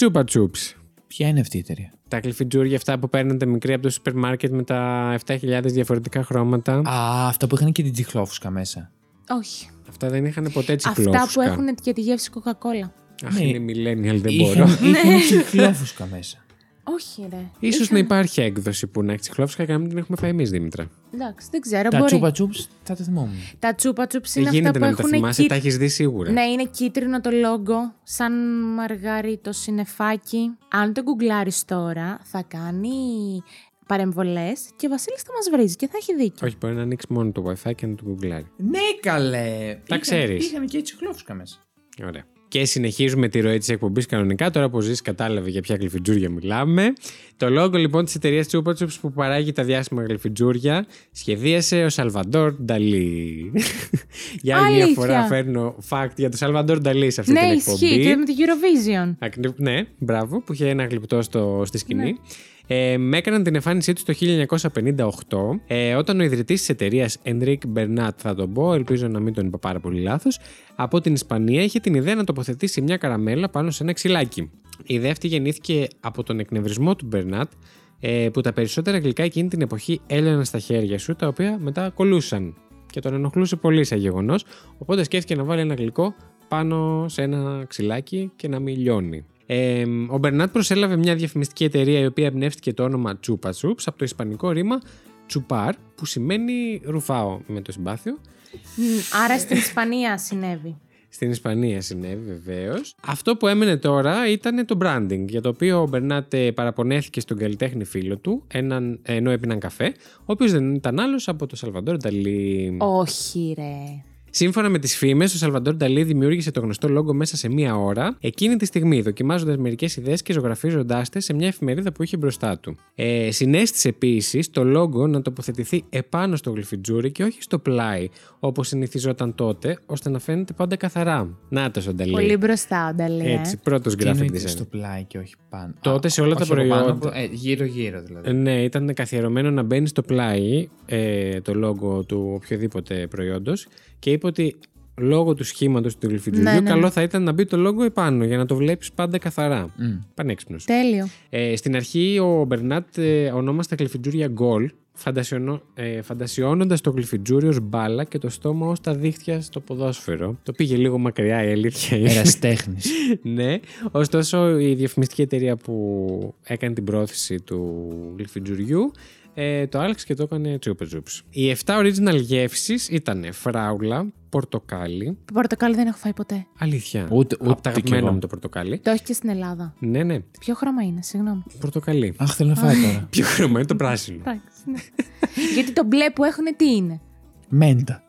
Chupa Chups. Ποια είναι αυτή η εταιρεία. Τα κλειφιτζούρια αυτά που παίρνετε μικρή από το σούπερ μάρκετ με τα 7.000 διαφορετικά χρώματα. Α, αυτά που είχαν και την τσιχλόφουσκα μέσα. Όχι. Αυτά δεν είχαν ποτέ τσικλόφουσκα. Αυτά που έχουν και τη γεύση κοκακόλα. Αχ, Ναι. είναι millennial, δεν Είχαν- μπορώ. Είχαν τσιχλόφουσκα μέσα. Όχι, ρε. Ίσως Είχα- να υπάρχει έκδοση που να έχει τσιχλόφουσκα και να μην την έχουμε φάει εμείς, Δήμητρα. Εντάξει, δεν ξέρω. Τα μπορεί. τσούπα τσούπς θα τα θυμόμουν. Τα τσούπα τσούπς Δεν είναι αυτά Ε, γίνεται που να μην τα έχουν θυμάσαι, κίτ- τα έχεις δει σίγουρα. Ναι, είναι κίτρινο το λόγο, σαν μαργαρίτο συννεφάκι. Αν το γκουγκλάρεις τώρα, θα κάνει παρεμβολές και ο Βασίλης θα μας βρίζει και θα έχει δίκιο. Όχι, μπορεί να ανοίξει μόνο το WiFi και να το γκουγκλάρει. Ναι, καλέ. Είχαν- ξέρεις. Είχαν και τσιχλόφουσκα μέσα. Ωραία. Και συνεχίζουμε τη ροή της εκπομπής κανονικά. Τώρα που ζήσει, κατάλαβε για ποια γλυφιτζούρια μιλάμε. Το λόγο λοιπόν της εταιρείας Chupa Chups που παράγει τα διάσημα γλυφιτζούρια σχεδίασε ο Σαλβαντόρ Νταλή. για άλλη μια Αλήθεια. φορά φέρνω fact για τον Σαλβαντόρ Νταλή σε αυτή ναι, την εκπομπή. ισχύει και με την Eurovision. Ακρι- Ναι, μπράβο, που είχε ένα γλυπτό στο, στη σκηνή. Ε, μ' έκαναν την εμφάνισή τους το 1958, ε, όταν ο ιδρυτής της εταιρείας Enric Bernat, θα τον πω, ελπίζω να μην τον είπα πάρα πολύ λάθος, από την Ισπανία είχε την ιδέα να τοποθετήσει μια καραμέλα πάνω σε ένα ξυλάκι. Η ιδέα αυτή γεννήθηκε από τον εκνευρισμό του Bernat, ε, που τα περισσότερα γλυκά εκείνη την εποχή έλαιναν στα χέρια σου, τα οποία μετά κολούσαν. Και τον ενοχλούσε πολύ σαν γεγονός, οπότε σκέφτηκε να βάλει ένα γλυκό πάνω σε ένα ξυλάκι και να μην λιώνει. Ε, ο Μπερνάτ προσέλαβε μια διαφημιστική εταιρεία η οποία εμπνεύστηκε το όνομα Chupa Chups από το ισπανικό ρήμα Chupar που σημαίνει ρουφάω με το συμπάθειο. Ναι. Μ, Άρα στην Ισπανία συνέβη. Στην Ισπανία συνέβη βεβαίως. Αυτό που έμενε τώρα ήταν το branding, για το οποίο ο Μπερνάτε παραπονέθηκε στον καλλιτέχνη φίλο του, έναν, ενώ έπιναν καφέ, ο οποίος δεν ήταν άλλος από τον Σαλβαντόρ Νταλή. Όχι, ρε. Σύμφωνα με τις φήμες, ο Σαλβαντόρ Νταλή δημιούργησε το γνωστό λόγο μέσα σε μία ώρα, εκείνη τη στιγμή, δοκιμάζοντας μερικές ιδέες και ζωγραφίζοντάς τις σε μια εφημερίδα που είχε μπροστά του. Ε, συνέστησε επίσης το λόγο να τοποθετηθεί επάνω στο γλυφιτζούρι και όχι στο πλάι, όπως συνηθιζόταν τότε, ώστε να φαίνεται πάντα καθαρά. Να το Νταλή. Πολύ ε. μπροστά ο Νταλή. Έτσι, πρώτος Τι graphic εννοείται design. στο πλάι και όχι πάνω. Τότε Α, σε όλα τα όχι από πάνω, προϊόντα. ε, γύρω-γύρω δηλαδή. Ε, Ναι, ήταν καθιερωμένο να μπαίνει στο πλάι ε, το λόγο του οποιοδήποτε προϊόντος και είπε ότι λόγω του σχήματος του γλυφιτζουριού, Ναι, ναι. καλό θα ήταν να μπει το λόγο επάνω για να το βλέπεις πάντα καθαρά. Μμ. Πανέξυπνος. Τέλειο. Ε, στην αρχή ο Μπερνάτ ε, ονόμασε τα γλυφιτζούρια γκολ, φαντασιωνο, ε, φαντασιώνοντας το γλυφιτζούριο ως μπάλα και το στόμα ως τα δίχτυα στο ποδόσφαιρο. Το πήγε λίγο μακριά η αλήθεια. Ε, είναι. Εραστέχνης. Ναι. Ωστόσο, η διαφημιστική εταιρεία που έκανε την πρόθεση του γλυφιτζουριού ε, το άλλαξε και το έκανε τσούπε τζούπς. Οι 7 original γεύσεις ήταν φράουλα, πορτοκάλι. Το πορτοκάλι δεν έχω φάει ποτέ. Αλήθεια. Ούτε- Από τα ούτε κι αγαπημένα εγώ. μου το πορτοκάλι. Το έχει και στην Ελλάδα. Ναι, ναι. Ποιο χρώμα είναι, συγγνώμη. Πορτοκαλί. Αχ, θέλω να φάει τώρα. Ποιο χρώμα είναι το πράσινο. Εντάξει. ναι. Γιατί το μπλε που έχουν τι είναι. Μέντα.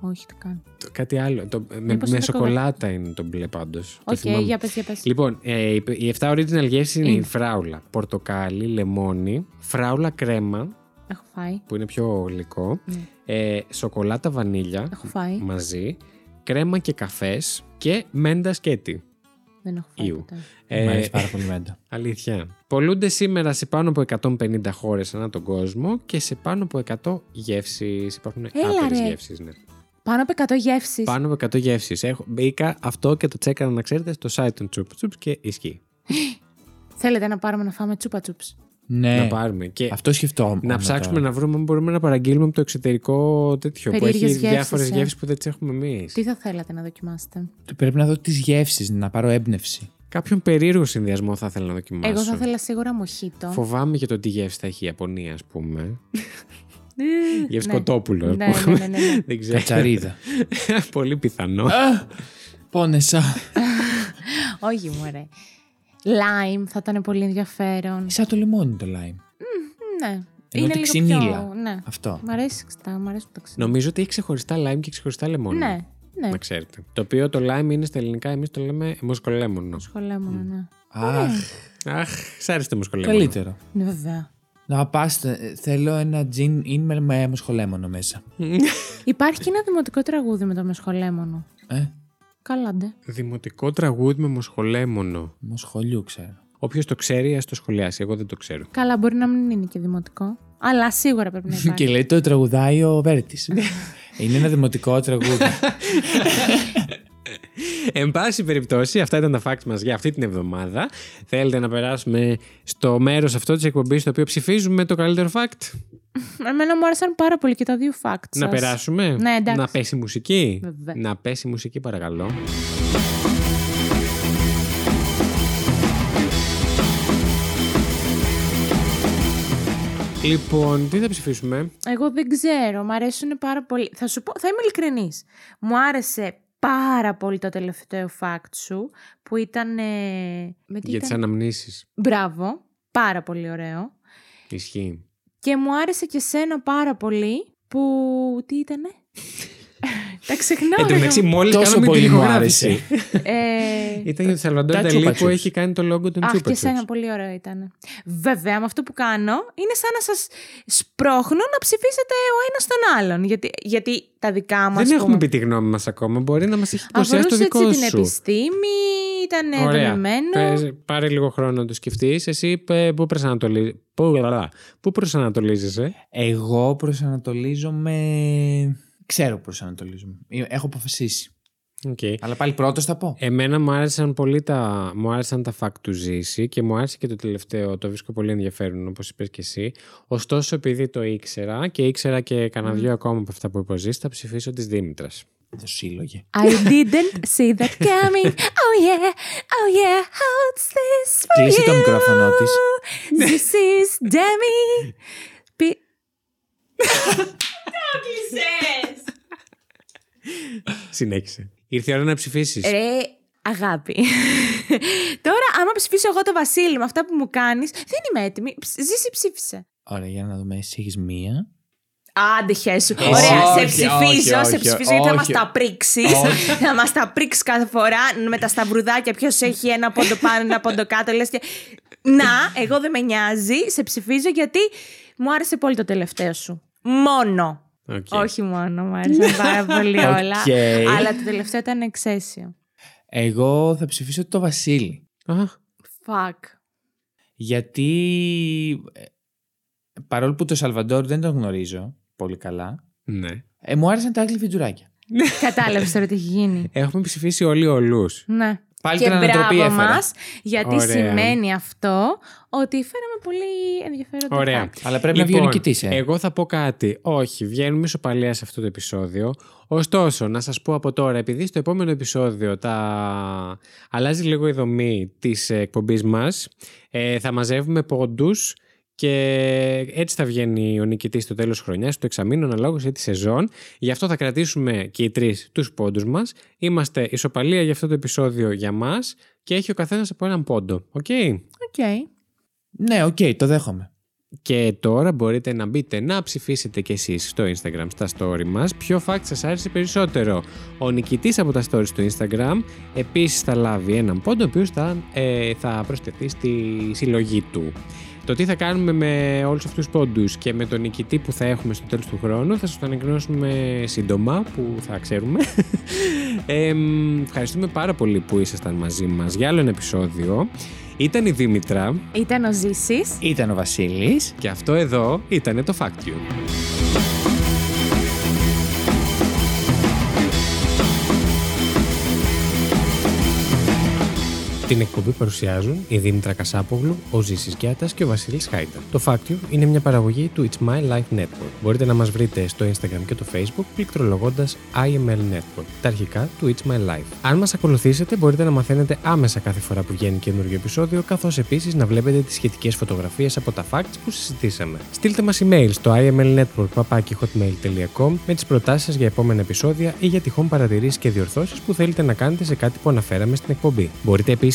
Όχι, το κάνω. Το- Κάτι άλλο. Το, με Μήπως με είναι σοκολάτα είναι το μπλε πάντως. Το Οκ, θυμάμαι. για Ε. πες, για πες. Λοιπόν, ε, οι- οι 7 original γεύσεις είναι, Είναι. η φράουλα, πορτοκάλι, λεμόνι, φράουλα κρέμα, Έχω φάει. που είναι πιο γλυκό, Ναι. ε, σοκολάτα βανίλια Έχω φάει. μαζί, κρέμα και καφές και μέντα σκέτη. Δεν έχω φάει Ιου. ποτέ. Μ' Ε, αρέσει πάρα πολύ μέντα. αλήθεια. Πολλούνται σήμερα σε πάνω από 150 χώρες ανά τον κόσμο και σε πάνω από 100 γεύσεις. Υπάρχουν Έλα, άπειρες ρε. γεύσεις, ναι. Πάνω από 100 γεύσεις. Πάνω από 100 γεύσεις. Έχω, μπήκα αυτό και το τσέκανα να ξέρετε στο site των Τσουπ Τσουπς και ισχύει. Θέλετε να πάρουμε να φάμε τσούπα τσουπς. Να Ναι, πάρουμε και αυτό σκεφτόμουν. Ε, να ψάξουμε να βρούμε αν μπορούμε να παραγγείλουμε από το εξωτερικό τέτοιο που έχει Περίεργες γεύσεις, διάφορες ε. γεύσεις που δεν τις έχουμε εμείς. Τι θα θέλατε να δοκιμάσετε. Πρέπει να δω τις γεύσεις, να πάρω έμπνευση. Κάποιον περίεργο συνδυασμό θα ήθελα να δοκιμάσω. Εγώ θα ήθελα σίγουρα μοχίτο. Φοβάμαι για το τι γεύση θα έχει η Ιαπωνία, ας πούμε. Ναι. Γεύση κοτόπουλο, ας Ναι, ναι, ναι, πούμε. ναι, ναι. Δεν ξέρω. Κατσαρίδα. Πολύ πιθανό. Α, Πόνεσα. Όχι, μωρέ. Λάιμ θα ήταν πολύ ενδιαφέρον. Σαν το λεμόνι το λάιμ. Ναι. Ενώ Είναι τη λίγο ξυνήλα. πιο... Ναι. Αυτό. Μ' αρέσει ξητά, μ' αρέσει που το ξυνήλα. Νομίζω ότι έχει ξεχωριστά lime και ξεχωριστά λεμόνι. Ναι, ναι. Να ξέρετε. Το οποίο το lime είναι στα ελληνικά, εμείς το λέμε μοσκολέμονο. Σχολέμουν, ναι. Αχ, Αχ, σ' άρεσε το μοσκολέμονο. καλύτερο. Ναι, βέβαια. Να πα, θέλω ένα τζιν in με- με μοσχολέμονο μέσα. Υπάρχει και ένα δημοτικό τραγούδι με το μεσχολέμονο. Ε, Καλά, ντε. Δημοτικό τραγούδι με μοσχολέμονο. μοσχολιού ξέρω. Όποιος το ξέρει, ας το σχολιάσει. Εγώ δεν το ξέρω. Καλά, μπορεί να μην είναι και δημοτικό. Αλλά σίγουρα πρέπει να Και υπάρχει. λέει το τραγουδάει ο Βέρτης. Ναι. Είναι ένα δημοτικό τραγούδι. Εν πάση περιπτώσει, αυτά ήταν τα facts μας για αυτή την εβδομάδα. Θέλετε να περάσουμε στο μέρος αυτό της εκπομπής, το οποίο ψηφίζουμε το καλύτερο fact. Εμένα μου άρεσαν πάρα πολύ και τα δύο facts Να σας. περάσουμε. Ναι, εντάξει. Να πέσει μουσική. Βέβαια. Να πέσει μουσική, παρακαλώ. Λοιπόν, τι θα ψηφίσουμε. Εγώ δεν ξέρω, μου αρέσουν πάρα πολύ. Θα σου πω, θα είμαι ειλικρινής. Μου άρεσε πάρα πολύ το τελευταίο fact σου που ήταν. ε, με τι Για ήταν? τι αναμνήσεις. Μπράβο, πάρα πολύ ωραίο. Ισχύει. Και μου άρεσε και σένα πάρα πολύ που. Τι ήτανε. Τα ξεχνάω. Εν τω ρε, μεταξύ, μου. μόλις Τόσο κάναμε τη πολύ μου ηχογράφηση. άρεσε. Ε, Ήταν για τον Σαλβαντόρ Τα Νταλή τσούπα που τσουπς. έχει κάνει το λόγο των Αχ, Τσούπα και σένα τσουπς. πολύ ωραίο ήταν. Βέβαια, με αυτό που κάνω είναι σαν να σας σπρώχνω να ψηφίσετε ο ένας τον άλλον. Γιατί, γιατί τα δικά μας... Δεν πούμε, έχουμε πει τη γνώμη μας ακόμα. Μπορεί να μας έχει εντυπωσιάσει το αφορούσε δικό έτσι την σου. επιστήμη, ήταν ε, Ωραία. δομημένο. Πες- Πάρε λίγο χρόνο να το σκεφτείς. Εσύ ε, πού προσανατολίζεσαι. Πού, λαλα, πού προσανατολίζεσαι. Εγώ προσανατολίζομαι. Ξέρω που προσανατολίζομαι. Ε, Έχω αποφασίσει. Οκ. Αλλά πάλι πρώτος θα πω. Εμένα μου άρεσαν πολύ τα, μου άρεσαν τα fact του Ζήση και μου άρεσε και το τελευταίο. Το βρίσκω πολύ ενδιαφέρον, όπως είπες και εσύ. Ωστόσο, επειδή το ήξερα και ήξερα και κανένα Μμμ. δυο ακόμα από αυτά που είπε ο Ζήσης, θα ψηφίσω της Δήμητρας. Ε, Το σύλλογε. I didn't see that coming. Oh yeah, oh yeah, how's this for Κλείσε το you? μικρόφωνο της. This is Demi. Πι- Συνέχισε. Ήρθε η ώρα να ψηφίσεις. Ρε, αγάπη. Τώρα, άμα ψηφίσω εγώ το Βασίλη με αυτά που μου κάνεις, δεν είμαι έτοιμη. Ψ- Ζήση ψήφισε. Ωραία, για να δούμε. Εσύ έχεις μία. Άντε, χέσου. Όχι, Ωραία, σε όχι, ψηφίζω, όχι, σε ψηφίζω γιατί θα μα όχι. τα πρίξεις. Θα μας τα πρίξεις κάθε φορά με τα σταυρουδάκια. Ποιος έχει ένα πόντο πάνω, ένα πόντο κάτω. Λες και. Να, εγώ δεν με νοιάζει. Σε ψηφίζω γιατί μου άρεσε πολύ το τελευταίο σου. Μόνο. Οκ. Όχι μόνο, μου άρεσαν πάρα πολύ όλα. Οκ. Αλλά το τελευταίο ήταν εξαίσιο. Εγώ θα ψηφίσω το Βασίλη. Αχ, Fuck. Γιατί ε, παρόλο που το Σαλβαντόρ δεν τον γνωρίζω πολύ καλά, ναι. ε, μου άρεσαν τα άγγλια φιντουράκια. Κατάλαβες τώρα τι έχει γίνει. Έχουμε ψηφίσει όλοι όλους. Ναι. Πάλι και την ανατροπή μπράβο έφερα. μας, γιατί Ωραία. σημαίνει αυτό ότι φέραμε πολύ ενδιαφέροντα Ωραία. Λοιπόν, fact. Αλλά πρέπει να βγει ο νικητής, ε. Εγώ θα πω κάτι. Όχι, βγαίνουμε σοπαλία σε αυτό το επεισόδιο. Ωστόσο, να σας πω από τώρα, επειδή στο επόμενο επεισόδιο τα... αλλάζει λίγο η δομή της εκπομπής μας, ε, θα μαζεύουμε πόντους και έτσι θα βγαίνει ο νικητής στο τέλος χρονιά, του εξαμήνου, αναλόγως ή τη σεζόν. Γι' αυτό θα κρατήσουμε και οι τρεις τους πόντους μας. Είμαστε ισοπαλία για αυτό το επεισόδιο για μας και έχει ο καθένας από έναν πόντο. Οκ. Οκ. Ναι, οκ, το δέχομαι. Και τώρα μπορείτε να μπείτε να ψηφίσετε κι εσείς στο Instagram στα story μας ποιο fact σας άρεσε περισσότερο. Ο νικητής από τα stories του Instagram επίσης θα λάβει έναν πόντο ο οποίος θα, ε, θα προσθεθεί στη συλλογή του. Το τι θα κάνουμε με όλους αυτούς τους πόντους και με τον νικητή που θα έχουμε στο τέλος του χρόνου θα σας το ανακοινώσουμε σύντομα που θα ξέρουμε. Ε, μ, ευχαριστούμε πάρα πολύ που ήσασταν μαζί μας για άλλο ένα επεισόδιο. Ήταν η Δήμητρα Ήταν ο Ζήσης. Ήταν ο Βασίλης. και αυτό εδώ ήταν το Fact You. Την εκπομπή παρουσιάζουν η Δήμητρα Κασάπογλου, ο Ζήσης Γιάτας και ο Βασίλης Χάιντα. Το Fact You είναι μια παραγωγή του It's My Life Network. Μπορείτε να μας βρείτε στο Instagram και το Facebook πληκτρολογώντας IML Network, τα αρχικά του It's My Life. Αν μας ακολουθήσετε μπορείτε να μαθαίνετε άμεσα κάθε φορά που βγαίνει καινούργιο επεισόδιο, καθώς επίσης να βλέπετε τις σχετικές φωτογραφίες από τα facts που συζητήσαμε. Στείλτε μας email στο imlnetwork.hotmail.com με τις προτάσεις σας για επόμενα επεισόδια ή για τυχόν παρατηρήσεις και διορθώσεις που θέλετε να κάνετε σε κάτι που αναφέραμε στην εκπομπή. Μπορείτε επίσης